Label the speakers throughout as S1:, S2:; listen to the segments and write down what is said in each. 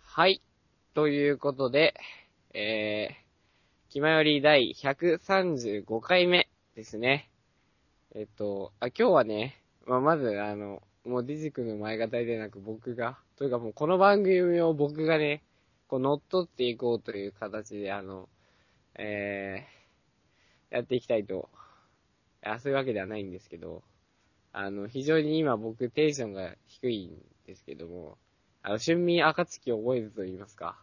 S1: はい。ということで、えー、気まより第135回目ですね。えっと、あ、今日はね、まあ、まず、あの、もうディジ君の前語りでなく僕が、というかもうこの番組を僕がね、こう乗っ取っていこうという形で、あの、えー、やっていきたいと、あ、そういうわけではないんですけど、あの、非常に今僕テンションが低いんですけども、あの、春眠暁を覚えずと言いますか。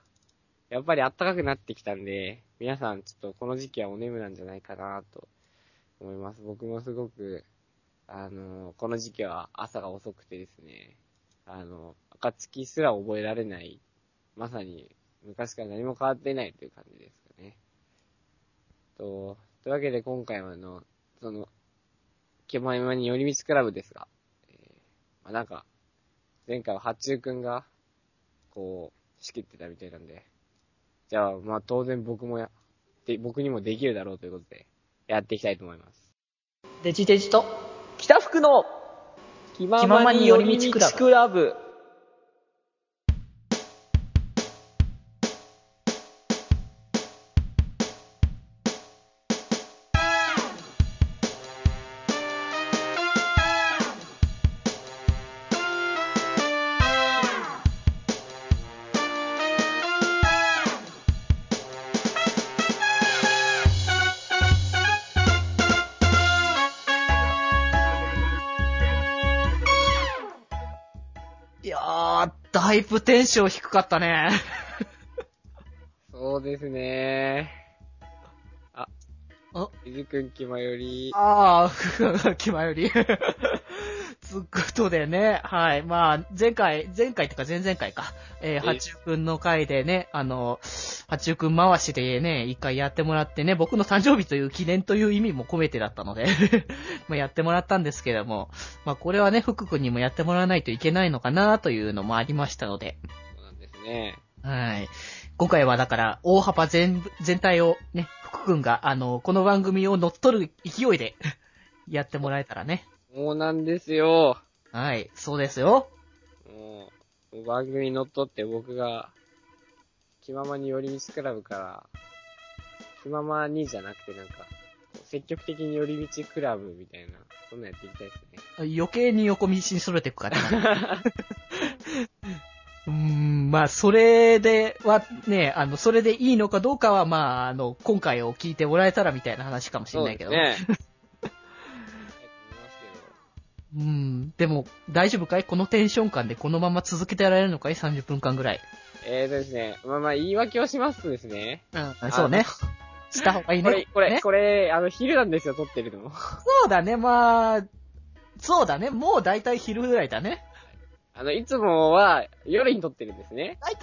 S1: やっぱり暖かくなってきたんで、皆さんちょっとこの時期はお眠なんじゃないかなと思います。僕もすごく、あの、この時期は朝が遅くてですね、あの、暁すら覚えられない、まさに昔から何も変わっていないという感じですかね。と、というわけで今回はあの、その、ケマイマに寄り道クラブですが、えーまあ、なんか、前回は八中くんが、こう、仕切ってたみたいなんで、じゃあ、まあ当然僕もや、で、僕にもできるだろうということで、やっていきたいと思います。
S2: デジデジと
S1: 北福の気ままに寄り道クラブ
S2: いやー、だいぶテンション低かったね。
S1: そうですねあ、
S2: あ
S1: ゆずくん気まより、
S2: あー、気前より。 つうことでね、はい。まあ、前回、前回ってか前々回か。えー、八中くんの回でね、あの、八中くん回しでね、一回やってもらってね、僕の誕生日という記念という意味も込めてだったので、 まあやってもらったんですけども、まあこれはね、福くんにもやってもらわないといけないのかなというのもありましたので、
S1: そうなんですね。
S2: はい。今回はだから、大幅全部、全体をね、福くんが、あの、この番組を乗っ取る勢いで、 やってもらえたらね。
S1: そうなんですよ。
S2: はい、そうですよ。
S1: もう、番組に乗っ取って僕が、気ままに寄り道クラブから、気ままにじゃなくてなんか、積極的に寄り道クラブみたいな、そんなんやっていきたいですね。
S2: 余計に横道にそれてい くからな。うーん、まあ、それでは、ね、あの、それでいいのかどうかは、まあ、あの、今回を聞いてもらえたらみたいな話かもしれないけど。
S1: そうですね。
S2: うん、でも、大丈夫かいこのテンション感でこのまま続けてられるのかい ?30 分間ぐらい。
S1: えーとですね、まあまあ言い訳をしますとですね、
S2: うん、そうね。した方がいい
S1: こ
S2: ね。
S1: れ、これ、
S2: ね
S1: これ、あの、昼なんですよ、撮ってるの。
S2: そうだね、まあ、そうだね、もう大体昼ぐらいだね。
S1: あの、いつもは夜に撮ってるんですね。
S2: 大体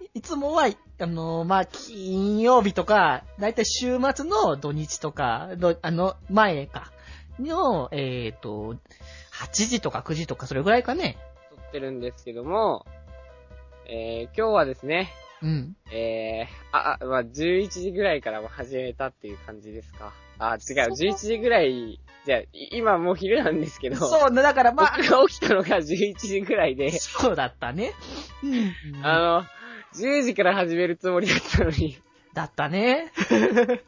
S2: ね、いつもは、あの、まあ、金曜日とか、大体週末の土日とか、どあの、前か、の、えっ、と、8時とか9時とか、それぐらいかね。
S1: 撮ってるんですけども、えー、今日はですね、
S2: うん。
S1: えー、あ、あまあ、11時ぐらいからも始めたっていう感じですか。あ、違う、
S2: そう
S1: 11時ぐらい、じゃあ、い今もう昼なんですけど、
S2: そうね、だからまあ、
S1: 僕が起きたのが11時ぐらいで、
S2: そうだったね。うん。
S1: あの、10時から始めるつもりだったの に、
S2: だったね。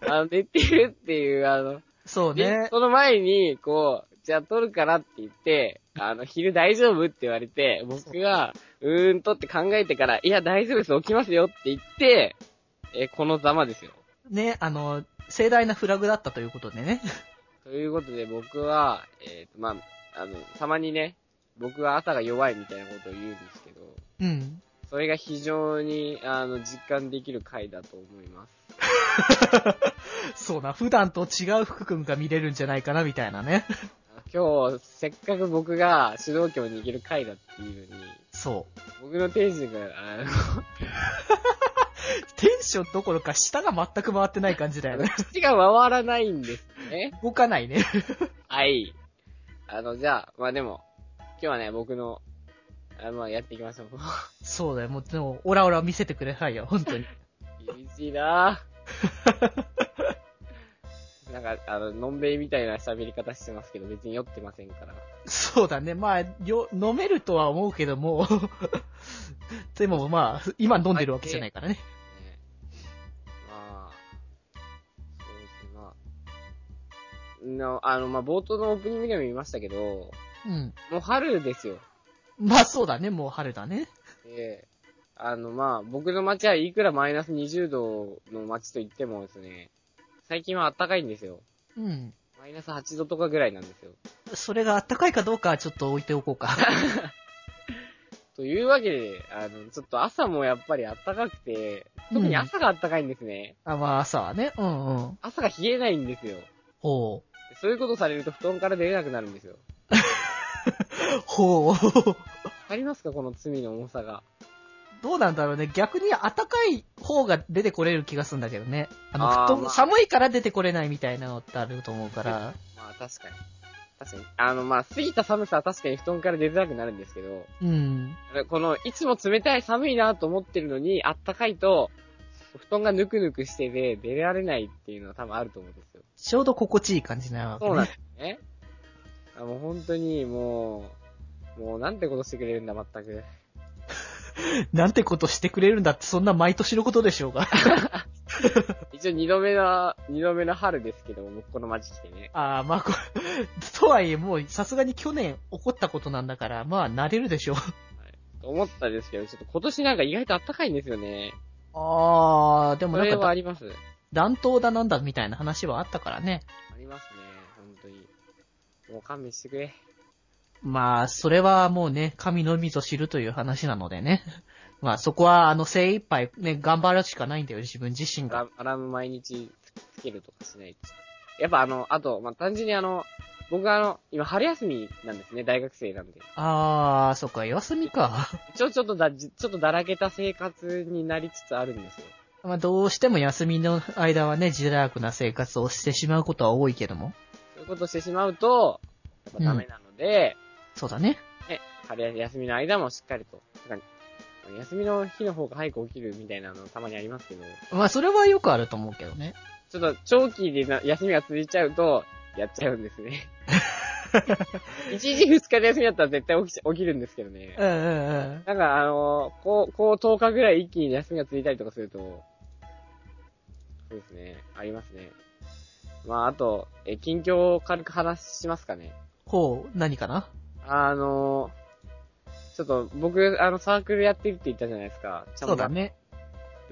S1: あの、寝てるっていう、あの、
S2: そう
S1: で
S2: ね、。
S1: その前に、こう、じゃあ撮るからって言って、あの、昼大丈夫って言われて、僕が、うーんとって考えてから、いや、大丈夫です、起きますよって言って、え、このざまですよ。
S2: ね、あの、盛大なフラグだったということでね。
S1: ということで僕は、えっ、と、まあ、あの、たまにね、僕は朝が弱いみたいなことを言うんですけど、
S2: うん。
S1: それが非常に、あの、実感できる回だと思います。
S2: そうな、普段と違う福君が見れるんじゃないかな、みたいなね。
S1: 今日、せっかく僕が主導権を握る回だっていうのに、
S2: そう。
S1: 僕の定時が、あの、
S2: テンションどころか舌が全く回ってない感じだよね。
S1: 口が回らないんですね。
S2: 動かないね。
S1: はい。あの、じゃあ、まあでも、今日はね、僕の、あまあやっていきましょう。
S2: そうだよ、もう、でも、オラオラ見せてくれないよ、本当に。
S1: 厳しいなぁ。なんか、あの、のんべいみたいな喋り方してますけど、別に酔ってませんから。
S2: そうだね。まあ、よ、飲めるとは思うけども、 でもまあ、今飲んでるわけじゃないからね。
S1: ね。まあ、そうですね、まあ。の、あの、まあ、冒頭のオープニングでも言いましたけど、も
S2: うん。
S1: う春ですよ。
S2: まあそうだね。もう春だね。
S1: で、あの、まあ、僕の街はいくらマイナス20度の街と言ってもですね、最近は暖かいんですよ。
S2: うん。
S1: マイナス8度とかぐらいなんですよ。
S2: それが暖かいかどうかはちょっと置いておこうか。
S1: というわけで、あの、ちょっと朝もやっぱり暖かくて、特に朝が暖かいんですね。
S2: あまあ朝はね。うんうん。
S1: 朝が冷えないんですよ。
S2: ほう。
S1: そういうことされると布団から出れなくなるんですよ。
S2: ほう。
S1: わかりますかこの罪の重さが。
S2: どうなんだろうね。逆に暖かい方が出てこれる気がするんだけどね。あの、
S1: あー
S2: 布団、
S1: まあ
S2: 寒いから出てこれないみたいなのってあると思うから。
S1: まあ確かに。確かに。あの、まあ、過ぎた寒さは確かに布団から出づらくなるんですけど、
S2: うん。
S1: この、いつも冷たい寒いなと思ってるのに、あったかいと、布団がぬくぬくしてて、出られないっていうのは多分あると思うんですよ。
S2: ちょうど心地いい感じなわけ、ね。
S1: そうなんですね。あもう本当に、もう、もうなんてことしてくれるんだ、全く。
S2: なんてことしてくれるんだって、そんな毎年のことでしょうが。
S1: 一応二度目の、二度目の春ですけども、僕この街来てね。
S2: ああ、まあこれ、 とはいえ、もうさすがに去年起こったことなんだから、まあ慣れるでしょう。
S1: と思ったんですけど、ちょっと今年なんか意外と暖かいんですよね。
S2: ああ、でも
S1: そ
S2: なん
S1: れ
S2: か
S1: はあ
S2: だ、
S1: ります。
S2: 暖冬だなんだみたいな話はあったからね。
S1: ありますね、本当に。もう勘弁してくれ。
S2: まあ、それはもうね、神のみぞ知るという話なのでね。 まあそこは、あの、精一杯ね、頑張るしかないんだよ、自分自身
S1: ア
S2: が。
S1: ラアラーム毎日つけるとかしないと。やっぱあの、あと、まあ、単純にあの、僕あの、今春休みなんですね、大学生なんで。
S2: ああ、そっか、休みか。
S1: 一応ちょっとだ、じちょっとだらけた生活になりつつあるんですよ。
S2: まあどうしても休みの間はね、自堕落な生活をしてしまうことは多いけども。
S1: そういうことしてしまうと、やっぱダメなので、
S2: そうだね。
S1: ね、春休みの間もしっかりと、なんか休みの日の方が早く起きるみたいなのたまにありますけど、
S2: まあそれはよくあると思うけどね。
S1: ちょっと長期でな休みが続いちゃうと、やっちゃうんですね。1日2日で休みだったら絶対起きちゃ起きるんですけどね。
S2: うんうんうん。
S1: なんかあのーこう、こう10日ぐらい一気に休みがついたりとかすると、そうですね、ありますね。まあ、あと、え、近況を軽く話しますかね。
S2: ほう、何かな
S1: あのーちょっと僕、あの、サークルやってるって言ったじゃないですか。ちゃんと
S2: そうだ。ね。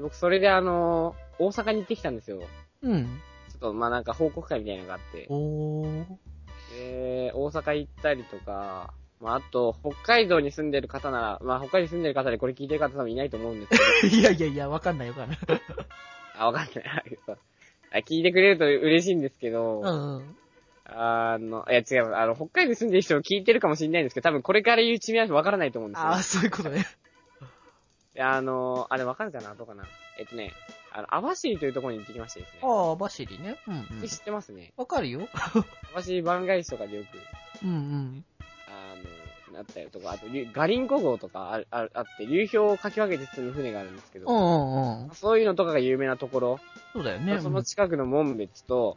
S1: 僕、それであのー大阪に行ってきたんですよ。ちょ
S2: うん。
S1: っと、まあ、なんか報告会みたいなのがあって。
S2: おー。
S1: えー、大阪行ったりとか、まあ、あと、北海道に住んでる方なら、まあ、北海道に住んでる方でこれ聞いてる方多分いないと思うんですけど、
S2: いやいやいや、わかんないわかんない。
S1: あ、わかんない。 そうあ聞いてくれると嬉しいんですけど、
S2: うんうん。
S1: あの、いや違う、あの、北海道に住んでる人も聞いてるかもしれないんですけど、多分これから言う地名はわからないと思うんですよ。
S2: ああ、そういうことね。
S1: であの、あれわかるかなどうかなえっとね、あの、網走というところに行ってきましてですね。
S2: ああ、バシリね。うん、うん。
S1: 知ってますね。
S2: わかるよ。
S1: 網走番外地とかでよく、
S2: うんうん。
S1: あの、なったりとか、あと、りゅガリンコ号とかあるあるあって、流氷をかき分けて進む船があるんですけど、
S2: うんうんうん。
S1: そういうのとかが有名なところ、
S2: そうだよね。
S1: その近くの門別と、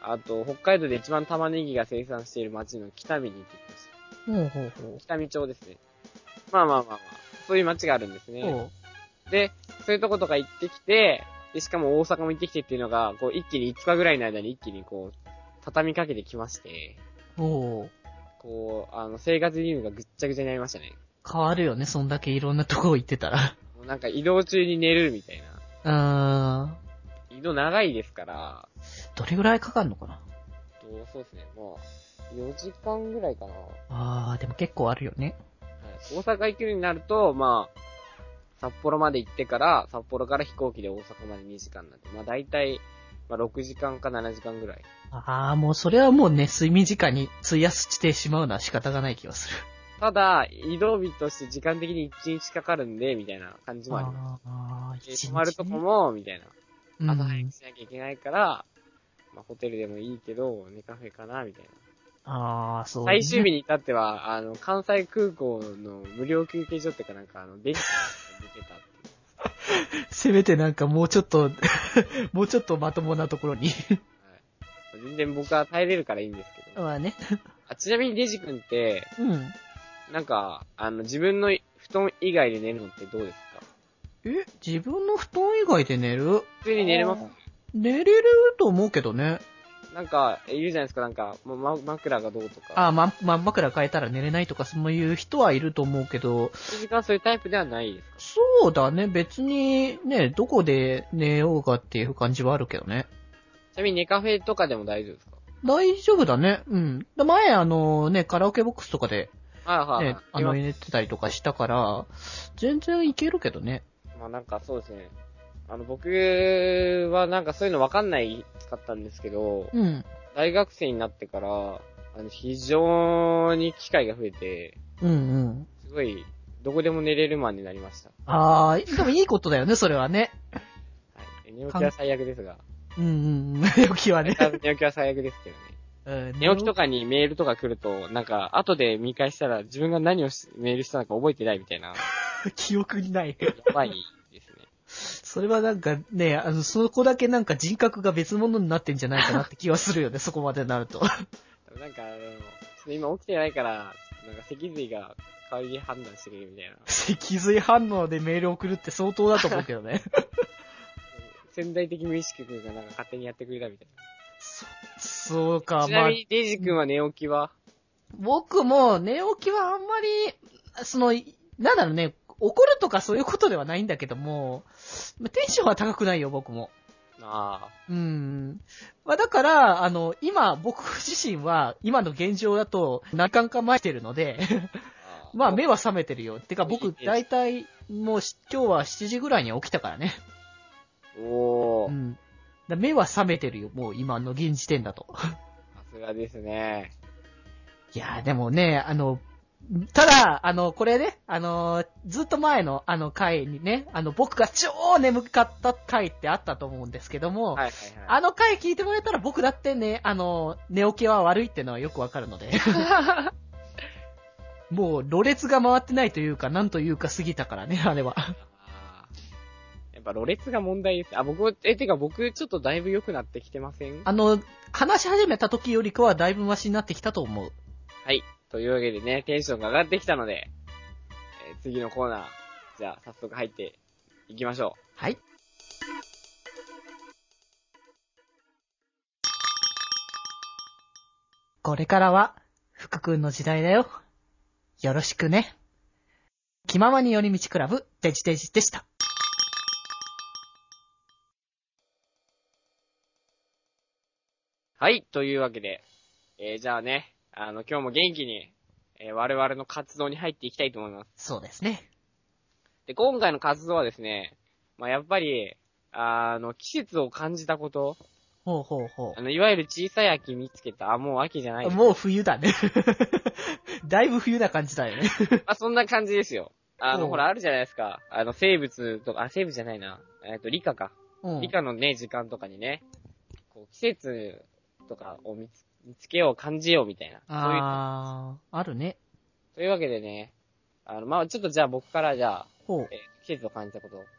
S1: あと、北海道で一番玉ねぎが生産している町の北見に行ってきまし
S2: うんほうほうほう。
S1: た。北見町ですね。まあまあまあまあ、そういう町があるんですね。
S2: ほ
S1: で、そういうとことか行ってきて、で、しかも大阪も行ってきてっていうのが、こう、一気に5日ぐらいの間に一気にこう、畳みかけてきまして、
S2: う。ほう。
S1: こう、あの、生活リズムがぐっちゃぐちゃになりましたね。
S2: 変わるよね、そんだけいろんなとこ行ってたら。
S1: もうなんか移動中に寝るみたいな。
S2: うーん。
S1: 移動長いですから、
S2: どれぐらいかかるのかな
S1: どうそうですね、もう、4時間ぐらいかな。
S2: ああ、でも結構あるよね。
S1: はい大阪行くようになると、まあ、札幌まで行ってから、札幌から飛行機で大阪まで2時間なんで、まあ大体、まあ6時間か7時間ぐらい。
S2: ああ、もうそれはもうね、睡眠時間に費やしてしまうのは仕方がない気がする。
S1: ただ、移動日として時間的に1日かかるんで、みたいな感じもありま
S2: ああー、
S1: す。
S2: 一
S1: で
S2: 日ね
S1: 泊まるとこも、みたいな。
S2: うん
S1: 朝早くしなきゃいけないから、まあホテルでもいいけど、寝カフェかな、みたいな。
S2: ああ、そう、ね。
S1: 最終日に至っては、あの、関西空港の無料休憩所っていうかなんか、あの、電気が出てたっていう。
S2: せめてなんかもうちょっと、もうちょっとまともなところに。
S1: はい。全然僕は耐えれるからいいんですけど。
S2: まあね。
S1: あちなみにデジ君って、
S2: うん。
S1: なんか、あの、自分の布団以外で寝るのってどうですか
S2: え、自分の布団以外で寝る
S1: 普通に寝れます
S2: 寝れると思うけどね。
S1: なんか、え言うじゃないですか、なんか、ま、ま枕がどうとか。
S2: あ、ま、ま、枕変えたら寝れないとかそういう人はいると思うけど、
S1: 一時間そういうタイプではないですか
S2: そうだね、別にね、どこで寝ようかっていう感じはあるけどね。
S1: ちなみに寝カフェとかでも大丈夫ですか
S2: 大丈夫だね、うん。で前あのね、カラオケボックスとかで
S1: はいはい、
S2: ね
S1: は、
S2: あ
S1: い。
S2: の
S1: 今
S2: 寝てたりとかしたから、全然いけるけどね。
S1: まあなんかそうですね。あの、僕はなんかそういうのわかんない使ったんですけど、
S2: うん。
S1: 大学生になってから、あの、非常に機会が増えて、
S2: うんうん。
S1: すごい、どこでも寝れるマンになりました。
S2: あー、でもいいことだよね、それはね。
S1: はい。寝起きは最悪ですが。
S2: うんうん。 寝起きはね。
S1: 寝起きは最悪ですけ どね。
S2: うん
S1: 寝起きとかにメールとか来ると、なんか、後で見返したら自分が何をしメールしたのか覚えてないみたいな、
S2: 記憶にない。
S1: やばいですね。
S2: それはなんかね、あの、そこだけなんか人格が別物になってんじゃないかなって気はするよね、そこまでになると。
S1: なんか、あの、ちょっと今起きてないから、なんか脊髄が代わりに判断してくれるみたいな。
S2: 脊髄反応でメール送るって相当だと思うけど ね。
S1: 潜在的無意識君がなんか勝手にやってくれたみたい
S2: そそう
S1: な。
S2: か、
S1: ち
S2: ま
S1: な
S2: あ
S1: み、にデイジ君は寝起きは、
S2: 僕も寝起きはあんまり、その、なんだろうね、怒るとかそういうことではないんだけども、まあテンションは高くないよ、僕も。
S1: あ
S2: うん。まあだから、あの、今、僕自身は、今の現状だと、なかなかましてるので、
S1: あああ
S2: まあ目は覚めてるよ。てか
S1: いい
S2: 僕
S1: で、す
S2: だいたいもうし今日は7時ぐらいには起きたからね。
S1: お
S2: う
S1: ー、
S2: ん。だから目は覚めてるよ、もう今の現時点だと。
S1: さすがですね。
S2: いやーでもね、あの、ただ、あの、これね、あの、ずっと前のあの回にね、あの、僕が超眠かった回ってあったと思うんですけども、
S1: はいはいはい。
S2: あの回聞いてもらえたら僕だってね、あの、寝起きは悪いってのはよくわか るので。もう、ろれつが回ってないというか、なんというか過ぎたからね、あれは。
S1: あーやっぱ、ろれつが問題です。あ、僕、え、てか僕、ちょっとだいぶ良くなってきてません
S2: あの、話し始めた時よりかはだいぶマシになってきたと思う。
S1: はい。というわけでね、テンションが上がってきたので、えー次のコーナー、じゃあ早速入っていきましょ
S2: はい。これからは、福くんの時代だよ。よろしくね。気ままに寄り道クラブ、デジデジでした。
S1: う。はい。というわけで、えーじゃあね、あの、今日も元気に、えー我々の活動に入っていきたいと思います。
S2: そうですね。
S1: で、今回の活動はですね、まあ、やっぱり、あの、季節を感じたこと、
S2: ほうほうほ
S1: あの、いわゆる小さい秋見つけた、あ、もう秋じゃない。
S2: う。
S1: ま
S2: もう冬だね。 だいぶ冬な感じだよね。
S1: あ、そんな感じですよ。あ
S2: う
S1: の、
S2: ん
S1: ほら、あるじゃないですか。あの、生物とか、あ、生物じゃないな。えっ、と、理科か。
S2: うん
S1: 理科のね、時間とかにね、こう、季節とかを見つ見つけよう、感じようみたいな。そういう、
S2: あー、あるね。
S1: というわけでね、あの、まあちょっとじゃあ僕からじゃあ、
S2: ほう。
S1: えー季節を感じたことですね。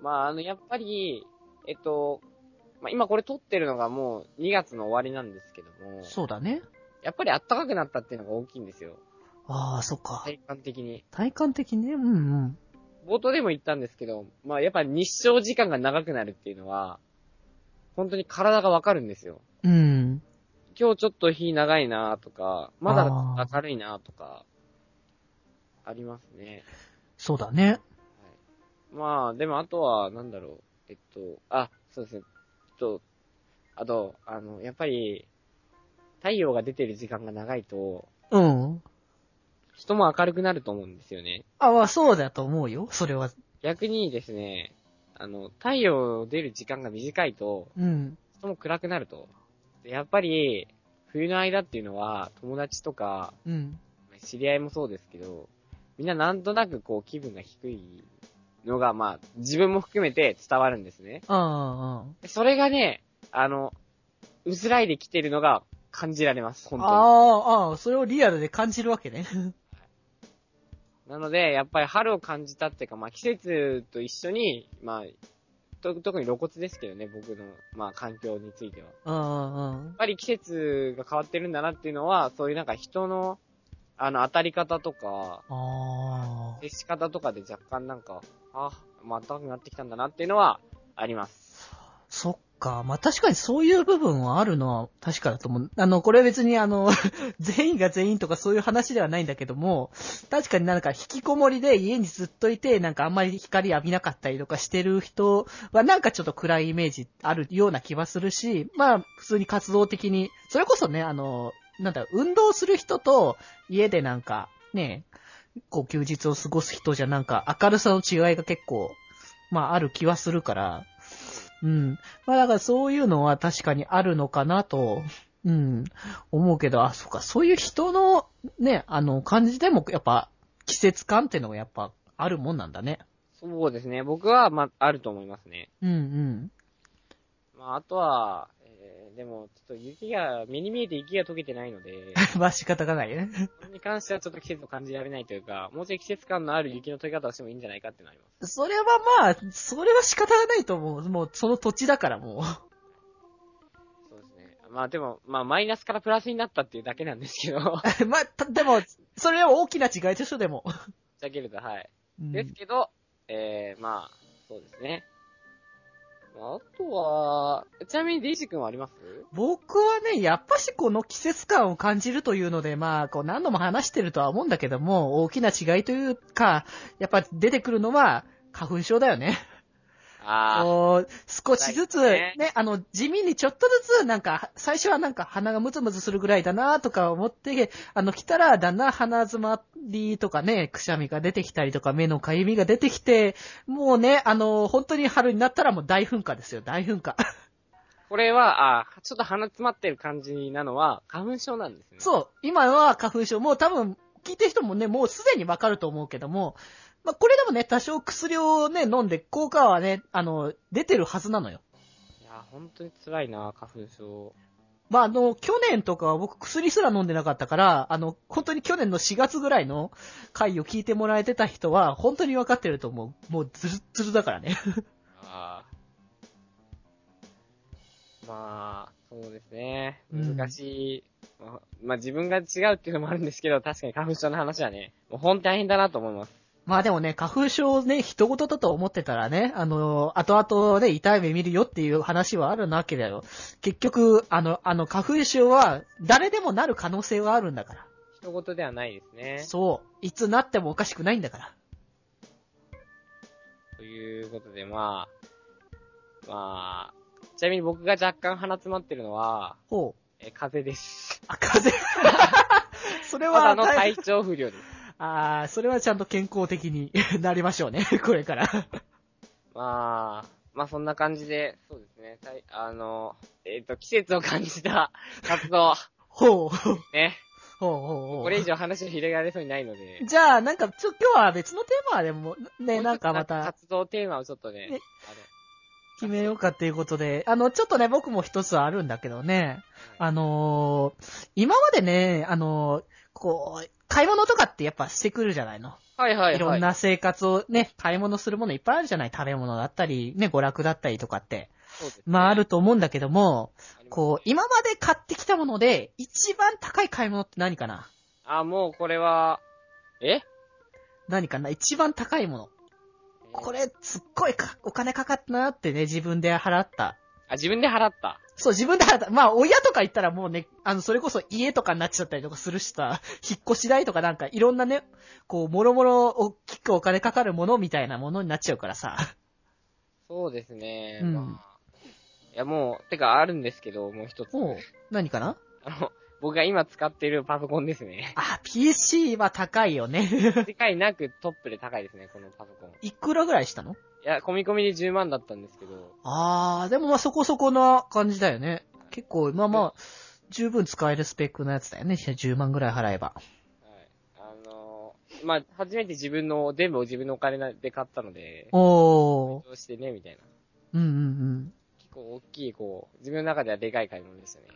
S1: まああの、やっぱり、えっと、まあ今これ撮ってるのがもう2月の終わりなんですけども、
S2: そうだね。
S1: やっぱり暖かくなったっていうのが大きいんですよ。
S2: あー、そっか。
S1: 体感的に。
S2: 体感的にね、うんうん。
S1: 冒頭でも言ったんですけど、まあやっぱ日照時間が長くなるっていうのは、本当に体がわかるんですよ。
S2: うん。
S1: 今日ちょっと日長いなとか、ま
S2: あ
S1: だ
S2: ー
S1: 明るいなとか、ありますね。
S2: そうだね。
S1: はい、まあ、でもあとは、なんだろう。えっと、あ、そうですね。えっと、あと、あの、やっぱり、太陽が出てる時間が長いと、
S2: うん。
S1: 人も明るくなると思うんですよね。
S2: あ、まあそうだと思うよ。それは。
S1: 逆にですね、あの、太陽出る時間が短いと、
S2: うん。
S1: 人も暗くなると。でやっぱり、冬の間っていうのは、友達とか、
S2: うん。
S1: 知り合いもそうですけど、みんななんとなくこう気分が低いのが、まあ、自分も含めて伝わるんですね。
S2: あ
S1: でそれがね、あの、薄らいできてるのが感じられます、
S2: あ、
S1: 本当
S2: ああ、それをリアルで感じるわけね。
S1: に。なので、やっぱり春を感じたっていうか、まあ季節と一緒に、まあ、と特に露骨ですけどね、僕の、まあ、環境については。やっ
S2: うんうん。
S1: ぱり季節が変わってるんだなっていうのは、そういうなんか人の、あの、当たり方とか、
S2: ああ。
S1: 接し方とかで若干なんか、あ、またなってきたんだなっていうのは、あります。
S2: そっか。まあ、確かにそういう部分はあるのは確かだと思う。あの、これは別にあの、 全員が全員とかそういう話ではないんだけども、確かになんか引きこもりで家にずっといて、なんかあんまり光浴びなかったりとかしてる人はなんかちょっと暗いイメージあるような気はするし、まあ、普通に活動的に、それこそね、あの、なんだろう、運動する人と家でなんか、ね、こう休日を過ごす人じゃなんか明るさの違いが結構、まあある気はするから、うん。まあだからそういうのは確かにあるのかなと、うん、思うけど、あ、そっか、そういう人のね、あの、感じでもやっぱ季節感っていうのがやっぱあるもんなんだね。
S1: そうですね。僕は、まあ、あると思いますね。
S2: うんうん。
S1: まあ、あとは、えー、でも、ちょっと雪が、目に見えて雪が溶けてないの で、
S2: まあ仕方がないね。
S1: それに関してはちょっと季節を感じられないというか、もうちょい季節感のある雪の溶け方をしてもいいんじゃないかってなります。
S2: それはまあ、それは仕方がないと思う。もうその土地だからもう。
S1: そうですね。まあでも、まあマイナスからプラスになったっていうだけなんですけど、 ぶっ
S2: まあ、たでも、それは大きな違いでしょ、でも。
S1: ちゃけると、はい。
S2: うん
S1: ですけど、えー、まあ、そうですね。まあ、あとは、ちなみに D 氏君はあります
S2: 僕はね、やっぱしこの季節感を感じるというので、まあ、こう何度も話してるとは思うんだけども、大きな違いというか、やっぱ出てくるのは、花粉症だよね。
S1: ああ、
S2: こう少しずつ、
S1: 辛い
S2: ね
S1: ね、
S2: あの、地味にちょっとずつ、なんか、最初はなんか鼻がムズムズするぐらいだなとか思って、あの、来たらだんだん鼻詰まりとかね、くしゃみが出てきたりとか、目のかゆみが出てきて、もうね、あの、本当に春になったらもう大噴火ですよ、大噴火。
S1: これは、あーちょっと鼻詰まってる感じなのは、花粉症なんですね。う。
S2: そう、今のは花粉症、もう多分、聞いてる人もね、もうすでにわかると思うけども、まあ、これでもね、多少薬をね、飲んで、効果はね、あの、出てるはずなのよ。
S1: いや、本当に辛いな、花粉症。
S2: まあ、あの、去年とかは僕薬すら飲んでなかったから、あの、本当に去年の4月ぐらいの回を聞いてもらえてた人は、本当にわかってると思う。もうズルッズルだからね。
S1: ああ。まあ、そうですね。
S2: うん
S1: 難しい。まあ、まあ自分が違うっていうのもあるんですけど、確かに花粉症の話はね、もう本当に大変だなと思います。
S2: まあでもね、花粉症をね、人事だと思ってたらね、あの、後々ね、痛い目見るよっていう話はあるなわけだよ。結局、あの、あの、花粉症は、誰でもなる可能性はあるんだか
S1: 人事ではないです
S2: ら。
S1: ね。
S2: そう。いつなってもおかしくないんだから。
S1: ということで、まあ、まあ、ちなみに僕が若干鼻詰まってるのは、
S2: ほう。
S1: え風邪です。
S2: あ、風邪。 それ
S1: た
S2: は
S1: だの
S2: 大
S1: 体調不良です。
S2: ああ、それはちゃんと健康的に なりましょうね、これから。
S1: まあ、まあそんな感じで、そうですね。たいあの、えっ、と、季節を感じ た活動、
S2: ほう、ほう、
S1: ね。
S2: ほう、ほ
S1: これ以
S2: う。
S1: 上話を広がれそうにないので。
S2: じゃあ、なんか、ちょ、今日は別のテーマ でも、ね、なんかまた、
S1: 活動テーマをちょっとね、
S2: ね
S1: あの
S2: 決めようかっていうことで、あの、ちょっとね、僕も一つはあるんだけどね、
S1: はい
S2: あのー今までね、あのーこう、買い物とかってやっぱしてくるじゃないの。
S1: はいはいはい。
S2: いろんな生活をね、買い物するものいっぱいあるじゃない食べ物だったり、ね、娯楽だったりとかって。
S1: そうですね、
S2: まああると思うんだけども、
S1: あります
S2: こう、今まで買ってきたもので、一番高い買い物って何かな
S1: あ、もうこれは、え
S2: 何かな一番高いもの。こ。れ、すっごいかお金かかったなってね、自分で払った。
S1: あ、自分で払った。
S2: そう、自分で払った。まあ、親とか行ったらもうね、あの、それこそ家とかになっちゃったりとかするしさ、 引っ越し代とかなんかいろんなね、こう、もろもろ大きくお金かかるものみたいなものになっちゃうからさ。
S1: そうですね。
S2: うん
S1: まあ。いやもう、てかあるんですけど、もう一つ。
S2: おう何かな。
S1: あの、僕が今使ってるパソコンですね
S2: あ、PC は高いよね。
S1: 世界なくトップで高いですね、このパソコン。い
S2: いくらぐらいしたの
S1: や、込み込みで10万だったんですけど、
S2: あー、でもまあそこそこな感じだよね。結構、まあまあ、十分使えるスペックのやつだよね。10万ぐらい払えば。
S1: はい。あのー、まあ、初めて自分の、全部を自分のお金で買ったので、
S2: おー。
S1: どうしてね、みたいな。
S2: うんうんうん。
S1: 結構大きい、こう、自分の中ではでかい買い物でしたね。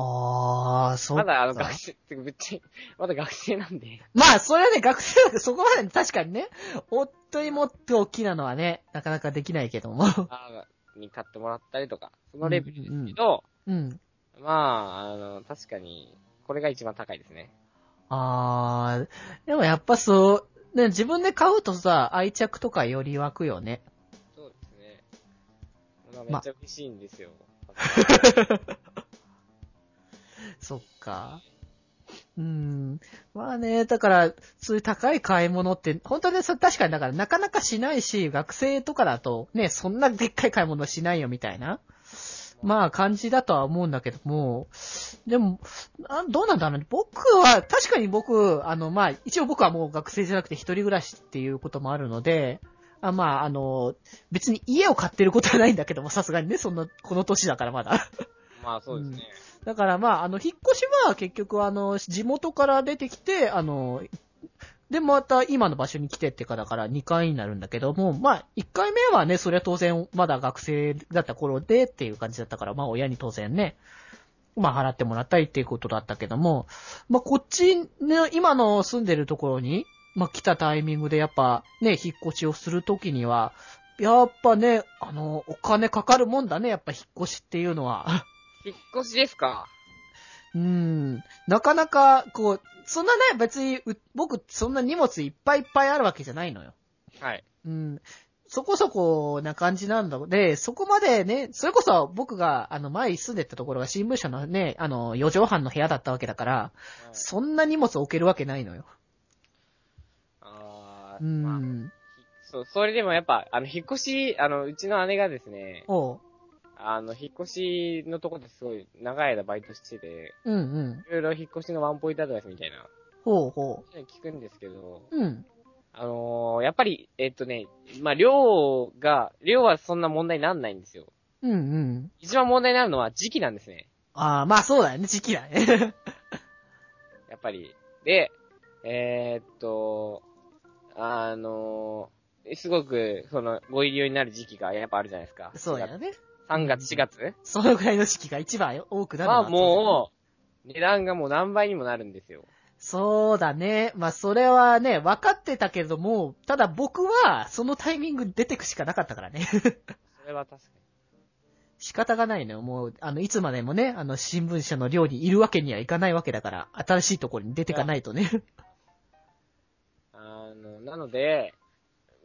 S2: ああ、そう
S1: まだあの
S2: か
S1: 学生、てかぶっちゃけ、まだ学生なんで。
S2: まあ、それはね、学生なんでそこまで確かにね、本当にもっと大きなのはね、なかなかできないけども。
S1: あーに買ってもらったりとか、そのレベルですけど、
S2: うん。
S1: まあ、あの、確かに、これが一番高いですね。
S2: あー、でもやっぱそう、ね、自分で買うとさ、愛着とかより湧くよね。
S1: そうですね。まあ、め
S2: ま
S1: っちゃ嬉しいんですよ。
S2: そっか。うん。まあね、だから、そういう高い買い物って、本当ね、それ確かにだからなかなかしないし、学生とかだと、ね、そんなでっかい買い物しないよみたいな、まあ感じだとは思うんだけども、でも、あどうなんだろうね。僕は、確かに僕、あの、まあ、一応僕はもう学生じゃなくて一人暮らしっていうこともあるので、あまあ、あの、別に家を買ってることはないんだけども、さすがにね、そんな、この年だからまだ。
S1: まあ、そうですね。
S2: だからまあ、あの、引っ越しは結局あの、地元から出てきて、あの、で、また今の場所に来てってかだから2回になるんだけども、まあ、1回目はね、それは当然まだ学生だった頃でっていう感じだったから、まあ親に当然ね、まあ払ってもらったりっていうことだったけども、まあこっちね、今の住んでるところに、まあ来たタイミングでやっぱね、引っ越しをするときには、やっぱね、あの、お金かかるもんだね、やっぱ引っ越しっていうのは。
S1: 引っ越しですか
S2: うん。なかなか、こう、そんなね、別にう、僕、そんな荷物いっぱいいっぱいあるわけじゃないのよ。
S1: はい。
S2: うん。そこそこな感じなんだ。で、そこまでね、それこそ僕が、あの、前住んでたところが新聞社のね、あの、4畳半の部屋だったわけだから、そんな荷物置けるわけないのよ。
S1: ああ、
S2: う
S1: まあ、
S2: ん。
S1: そう、それでもやっぱ、あの、引っ越し、あの、うちの姉がですね、
S2: おう。
S1: あの、引っ越しのとこですごい長い間バイトしてて、
S2: うんうん。
S1: いろいろ引っ越しのワンポイントアドバイスみたいな、
S2: ほうほ
S1: 聞くんですけど、
S2: う。うん。
S1: あのーやっぱり、えっとね、まあ、量が、量はそんな問題になんないんですよ。
S2: うんうん。
S1: 一番問題になるのは時期なんですね。
S2: ああ、まあそうだよね、時期だね。
S1: やっぱり。で、えーっと、あのーすごく、その、ご入り用になる時期がやっぱあるじゃないですか。
S2: そうだよね。
S1: 3月、4月
S2: そのぐらいの時期が一番多くなるの
S1: は、
S2: は
S1: もう、値段がもう何倍にもなるんですよ。
S2: そうだね。まあ、それはね、分かってたけれども、ただ僕は、そのタイミングに出てくしかなかったからね。
S1: それは確かに。
S2: 仕方がないのよ。もう、あの、いつまでもね、あの、新聞社の寮にいるわけにはいかないわけだから、新しいところに出てかないとね。
S1: あの、なので、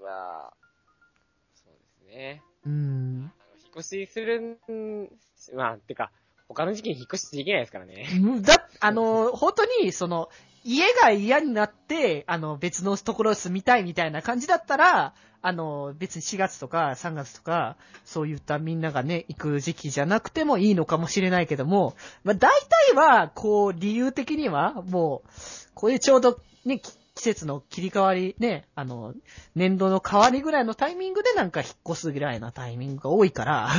S1: まあ、そうですね。
S2: うーん。
S1: あの引っ越しするん、まあ、てか、他の時期に引っ越しできないですからね。
S2: だ、あの、本当に、その、家が嫌になって、あの、別のところに住みたいみたいな感じだったら、あの、別に4月とか3月とか、そういったみんながね、行く時期じゃなくてもいいのかもしれないけども、まあ、大体は、こう、理由的には、もう、こういうちょうど、ね、き季節の切り替わり、ね、あの、年度の変わりぐらいのタイミングでなんか引っ越すぐらいなタイミングが多いから、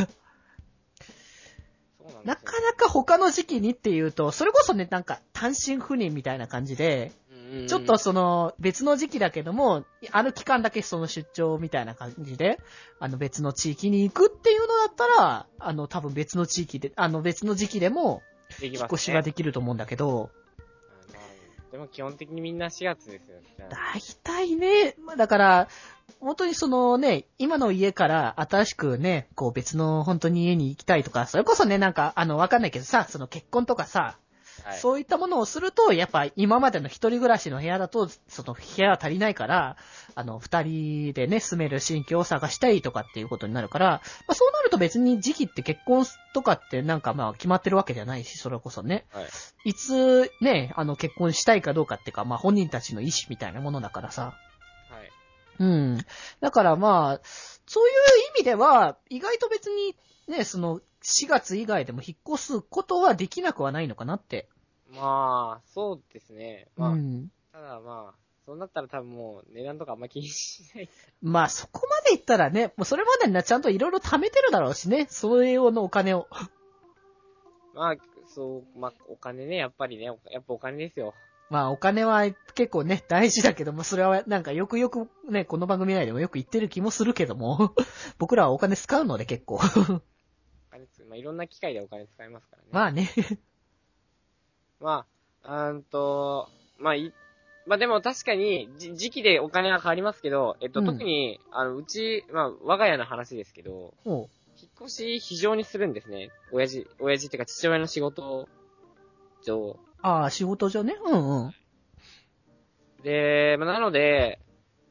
S1: そうなんですよ。
S2: なかなか他の時期にっていうと、それこそね、なんか単身赴任みたいな感じで、
S1: うんうん
S2: ちょっとその別の時期だけども、ある期間だけその出張みたいな感じで、あの別の地域に行くっていうのだったら、あの多分別の地域で、あの別の時期でも
S1: でき
S2: 引っ
S1: ますね
S2: 越しができると思うんだけど、
S1: あのでも基本的にみんな4月ですよ。じゃあ
S2: 大体ね、まあだから、本当にそのね、今の家から新しくね、こう別の本当に家に行きたいとか、それこそね、なんかあのわかんないけどさ、その結婚とかさ、
S1: はい、
S2: そういったものをすると、やっぱ今までの一人暮らしの部屋だと、その部屋が足りないから、あの、二人でね、住める新居を探したいとかっていうことになるから、まあそうなると別に時期って結婚とかってなんかまあ決まってるわけじゃないし、それこそね。
S1: はい
S2: いつね、あの結婚したいかどうかっていうか、まあ本人たちの意思みたいなものだからさ。
S1: はい。
S2: うん。だからまあ、そういう意味では、意外と別にね、その4月以外でも引っ越すことはできなくはないのかなって。
S1: まあ、そうですね。まあ、
S2: うん。
S1: ただまあ、そうなったら多分もう値段とかあんま気にしない。
S2: まあそこまでいったらね、もうそれまでになちゃんといろいろ貯めてるだろうしね、それ用のお金を。
S1: まあ、そう、まあ、お金ね、やっぱりね、おやっぱお金ですよ。
S2: まあお金は結構ね、大事だけども、それはなんかよくよくね、この番組内でもよく言ってる気もするけども、 僕らはお金使うので結構。
S1: お金つまあ、いろんな機会でお金使いますからね。
S2: まあね。
S1: まあ、あーんと、まあ、い、まあでも確かに、じ時期でお金は変わりますけど、えっと、
S2: うん
S1: 特に、あの、うち、まあ、我が家の話ですけど、
S2: ほ
S1: 引っ越し非常にするんですね。親父、親父っていうか父親の仕事上。
S2: う。ああ、仕事上ね。うんうん。
S1: で、まあ、なので、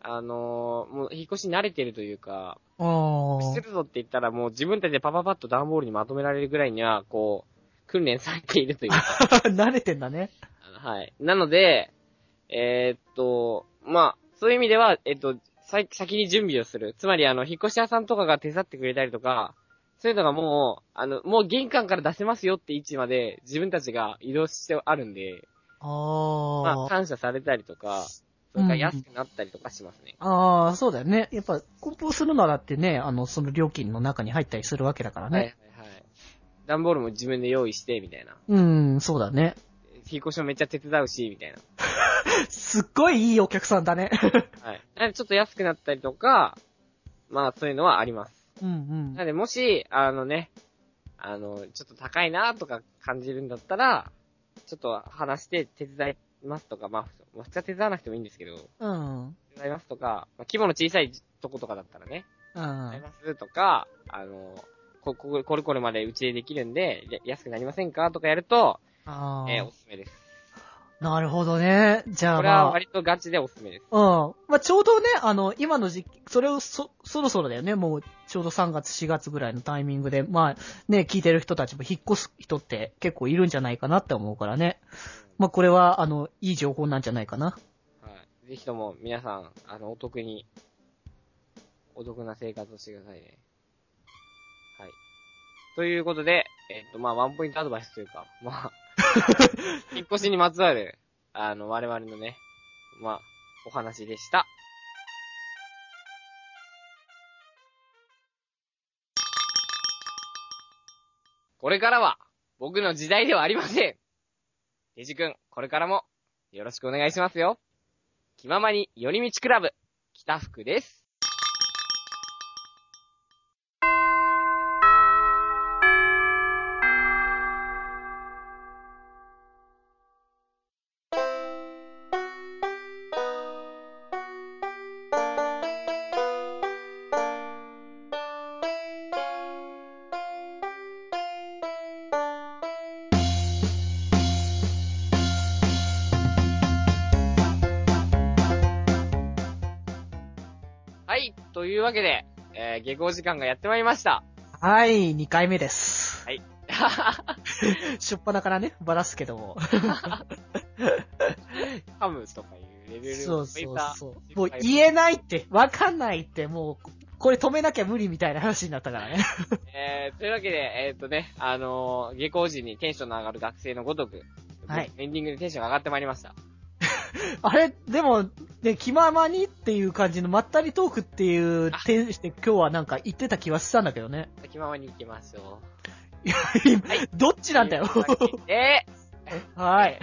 S1: あのーもう引っ越しに慣れてるというか、
S2: あ
S1: するぞって言ったらもう自分たちでパパパッと段ボールにまとめられるぐらいには、こう、訓練されているというか
S2: あ。 慣れてんだね。
S1: はい。なので、えーっと、まあ、そういう意味では、えっと、先先に準備をする。つまり、あの、引っ越し屋さんとかが手伝ってくれたりとか、そういうのがもう、あの、もう玄関から出せますよって位置まで自分たちが移動してあるんで、ま
S2: あ
S1: あ、
S2: あ。
S1: 感謝されたりとか、それから
S2: うん
S1: 安くなったりとかしますね。
S2: ああ、そうだよね。やっぱ、梱包するならってね、あの、その料金の中に入ったりするわけだから
S1: はいはい
S2: ね。
S1: はい。段ボールも自分で用意して、みたいな。
S2: うん、そうだね。
S1: 引っ越しもめっちゃ手伝うし、みたいな。
S2: すっごいいいお客さんだね。
S1: はい。なのでちょっと安くなったりとか、まあそういうのはあります。
S2: うんうん
S1: な。ので、もし、あのね、あの、ちょっと高いなとか感じるんだったら、ちょっと話して手伝いますとか、まあ、まあ普通は手伝わなくてもいいんですけど、
S2: うん。
S1: 手伝いますとか、まあ、規模の小さいとことかだったらね、
S2: う
S1: 手伝い
S2: ん。
S1: ますとか、あの、こ、こ、これこれまでうちでできるんで、や安くなりませんかとかやると、
S2: あ
S1: えーおすすめです。
S2: あ。なるほどね。じゃあ
S1: これは
S2: まあ。
S1: 割とガチでおすすめです。
S2: うん。まあ、ちょうどね、あの、今の時期、それをそ、そろそろだよね。もう、ちょうど3月、4月ぐらいのタイミングで、まあ、ね、聞いてる人たちも引っ越す人って結構いるんじゃないかなって思うからね。まあ、これは、あの、いい情報なんじゃないかな。
S1: はい。ぜひとも皆さん、あの、お得に、お得な生活をしてくださいね。はい。ということで、えっと、まあ、ワンポイントアドバイスというか、 まあ、引っ越しにまつわる、あの、我々のね、まあ、お話でした。これからは、僕の時代ではありません。デジ君、これからも、よろしくお願いしますよ。気ままに寄り道クラブ、北福です。はい、というわけで、えー、下校時間がやってまいりました。
S2: はい、2回目です。
S1: はい
S2: しょっぱなからね、ばらすけども。
S1: ハムとかいうレベル
S2: そう
S1: い
S2: そう
S1: た
S2: そう。もう言えないって、わかんないって、もう、これ止めなきゃ無理みたいな話になったからね。
S1: えー、というわけで、えーっとね、あのー、下校時にテンションの上がる学生のごとく、
S2: はい
S1: エンディングでテンションが上がってまいりました。
S2: あれ、でも、ね、気ままにっていう感じのまったりトークっていう点して今日はなんか言ってた気はしたんだけど ね。
S1: 気ままに行きましょ
S2: どっち
S1: う。
S2: なんだよ。
S1: え
S2: はい。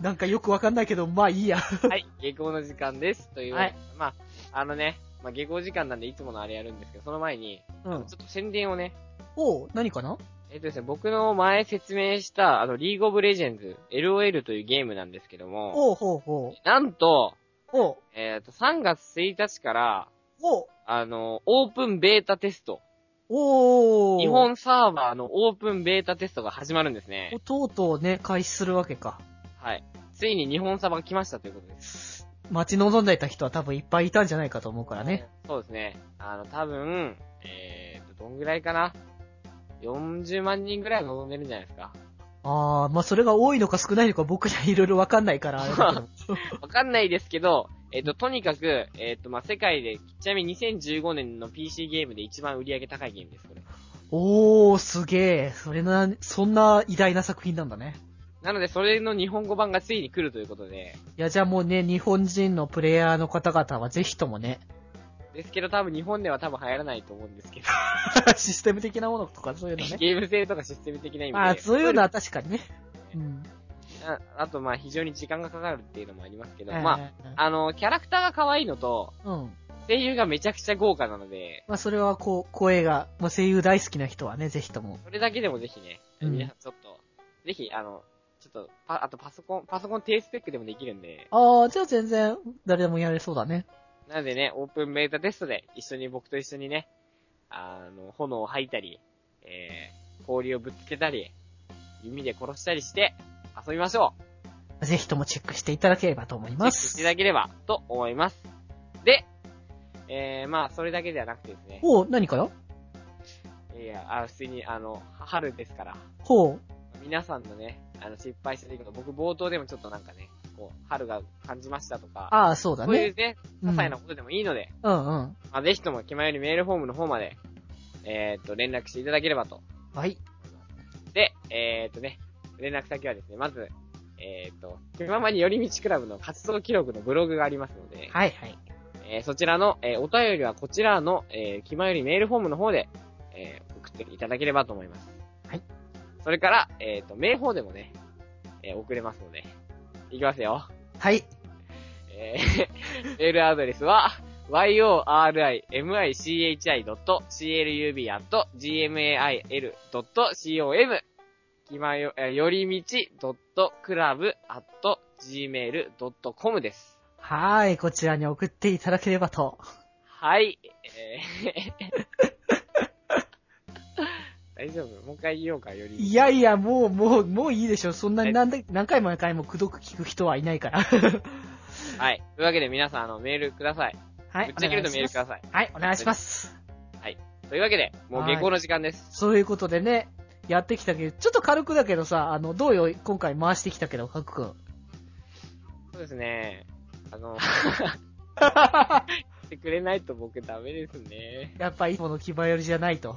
S2: なんかよくわかんないけど、まあいいや。
S1: ー、はい、下校の時間です。というわけで、
S2: は
S1: まあ、あのね、まあ、下校時間なんでいつものあれやるんですけど、その前に、
S2: うん。
S1: ちょっと宣伝をね、
S2: おう、何かな
S1: えっとですね、僕の前説明した、あの、リーグオブレジェンズ、LOL というゲームなんですけども、
S2: おう、ほう、ほう。
S1: なんと、
S2: おう、
S1: えっ、と、3月1日から、
S2: おう、
S1: あの、オープンベータテスト、
S2: おう。
S1: 日本サーバーのオープンベータテストが始まるんですね
S2: お。とうとうね、開始するわけか。
S1: はい。ついに日本サーバーが来ましたということです。
S2: 待ち望んでいた人は多分いっぱいいたんじゃないかと思うからね。
S1: そうですね。あの、多分、えっ、と、どんぐらいかな。40万人ぐらい望んでるんじゃないですか。
S2: ああ、まあそれが多いのか少ないのか僕にはいろいろわかんないからあれだけど。
S1: わかんないですけど、えっ、と、とにかく、えっ、と、まあ、世界で、ちなみに2015年の PC ゲームで一番売り上げ高いゲームです、これ。
S2: おー、すげえ。それな、そんな偉大な作品なんだね。
S1: なので、それの日本語版がついに来るということで、
S2: いや、じゃあもうね、日本人のプレイヤーの方々はぜひともね、
S1: ですけど多分日本では多分流行らないと思うんですけど、
S2: システム的なものとかそういうのね。
S1: ゲーム性とかシステム的な意味で。
S2: あそういうのは確かにね。うん。
S1: ああと、まあ、非常に時間がかかるっていうのもありますけど、ま
S2: ま
S1: あ、あの、キャラクターが可愛いのと、
S2: あ、うん。
S1: 声優がめちゃくちゃ豪華なので、
S2: まあ、それはこう、声が、まあ、声優大好きな人はね、ぜひとも。
S1: それだけでもぜひね、
S2: うん
S1: 皆さんちょっと、ぜひ、あの、ちょっと、パあとパソコン、パソコン低スペックでもできるんで、
S2: ああ、じゃあ全然、誰でもやれそうだね。
S1: なのでね、オープンベータテストで一緒に僕と一緒にね、あの、炎を吐いたり、えー、氷をぶつけたり、弓で殺したりして遊びましょう
S2: ぜひともチェックしていただければと思い
S1: チェッ
S2: ま
S1: クして
S2: す
S1: いた。だければと思います。で、えー、まあ、それだけではなくてですね、
S2: おう、何かよ
S1: いや、あ普通に、あの、春ですから、
S2: ほう。
S1: 皆さんのね、あの、失敗した出来事、僕冒頭でもちょっとなんかね、こう、春が感じましたとか、
S2: ああ、そうだ
S1: そうい
S2: ね
S1: う。ね、些
S2: うん
S1: 細なことでもいいので、
S2: うんうん。
S1: まあ、ぜひとも、気前よりメールフォームの方まで、えー、っと、連絡していただければと。
S2: はい。
S1: で、えー、っとね、連絡先はですね、まず、えー、っと、気ままに寄り道クラブの活動記録のブログがありますので、
S2: はいはい。
S1: えーそちらの、えーお便りはこちらの、えー、気まよりメールフォームの方で、えー送っていただければと思います。
S2: はい。
S1: それから、えー、っと、名方でもね、えー送れますので、いきますよ。
S2: はい。
S1: えーメールアドレスは、yorimichi.club.gmail.com 気まよ、えーよりみち .club.gmail.com です。
S2: はーい、こちらに送っていただければと。
S1: はい。えー 大丈夫もう一回言おうか、よりみち
S2: いやいや、もう、もう、もういいでしょ。そんなに何だ何回も何回もくどく聞く人 はいないから。
S1: はい。というわけで皆さん、あの、メールください。
S2: はい、
S1: ぶっちゃけると
S2: お
S1: メー
S2: 願い
S1: ル
S2: し
S1: く
S2: ま
S1: ださい。
S2: すはい、お願いします。
S1: というわけで、もう下校の時間です。
S2: そういうことでね、やってきたけど、ちょっと軽くだけどさ、あの、どうよ、今回回してきたけど、かくくん。
S1: そうですね。あ の、してくれないと僕ダメですね。
S2: やっぱいつもの気前よりじゃないと。
S1: はい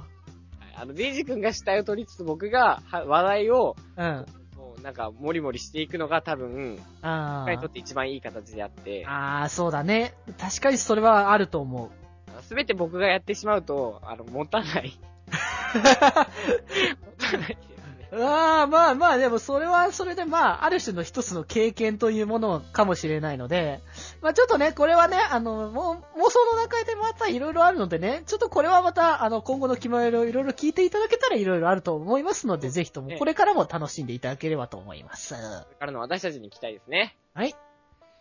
S1: あの、デイジ君が主体を取りつつ僕がは話題を、
S2: うん。
S1: もうなんか、もりもりしていくのが多分、
S2: あ
S1: 僕にとって一番いい形であって、
S2: ああー、そうだね。確かにそれはあると思う。
S1: すべて僕がやってしまうと、あの、持た ない。持たないですね。
S2: ああ、まあまあ、でもそれはそれでまあ、ある種の一つの経験というものかもしれないので、まあちょっとね、これはね、あの、もう、妄想の中でまたいろいろあるのでね、ちょっとこれはまた、あの、今後の決まりをいろいろ聞いていただけたらいろいろあると思いますので、ぜひともこれからも楽しんでいただければと思います。
S1: これからの私たちに期待ですね。
S2: はい。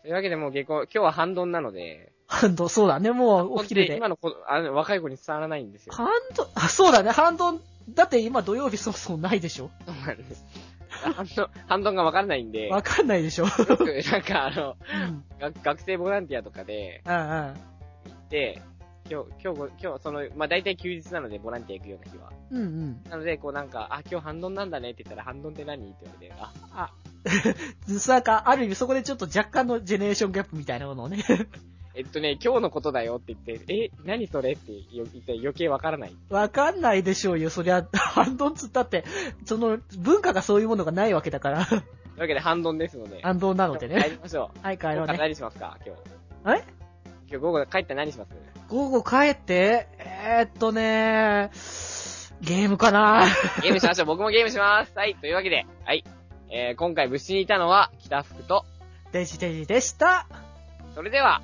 S1: というわけでもう下校、今日は半ドンなので、
S2: ハンド、そうだね、もうお昼で。
S1: 今の子、あの、若い子に伝わらないんですよ。
S2: ハンド、あ、そうだね、ハンド、だって今土曜日そもそもないでしょ
S1: そうなんです。半ドン、半ドンがわからないんで、
S2: わ
S1: よ
S2: かんないでしょ
S1: く、 なんかあの、
S2: うん。
S1: が学生ボランティアとかで、
S2: うんうん。
S1: 行って、今日、今日ご、今日、その、まあ、大体休日なので、ボランティア行くような日は。
S2: うんうん。
S1: なので、こうなんか、あ、今日半ドンなんだねって言ったら、半ドンって何って言われて、あ、
S2: あ、ずなんか、ある意味そこでちょっと若干のジェネレーションギャップみたいなものをね。
S1: えっとね、今日のことだよって言って、え、何それってよ言って余計わからない。
S2: わかんないでしょうよ、そりゃ。 ハンドンつったって、その、文化がそういうものがないわけだから、
S1: というわけで、半ドンですので。
S2: ハンドンなので
S1: 帰
S2: ね。
S1: りましょう。
S2: はい、
S1: 帰
S2: 帰ろうね。
S1: 何しますか今日。
S2: あれ
S1: 今日午後帰って何します
S2: 午後帰って、えー、っとねゲームかな
S1: ゲームしましょう。僕もゲームします。はい。というわけで、はい。えー、今回物資にいたのは、北福と、
S2: デジデジでした。
S1: それでは、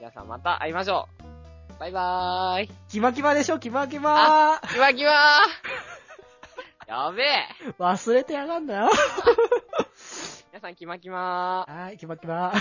S1: 皆さんまた会いましょう。バイバーイ。
S2: キマキマでしょ、キマキマ
S1: キワキワーやべえ
S2: 忘れてやがんな。
S1: 皆さんキマキマー
S2: はい、キマキマ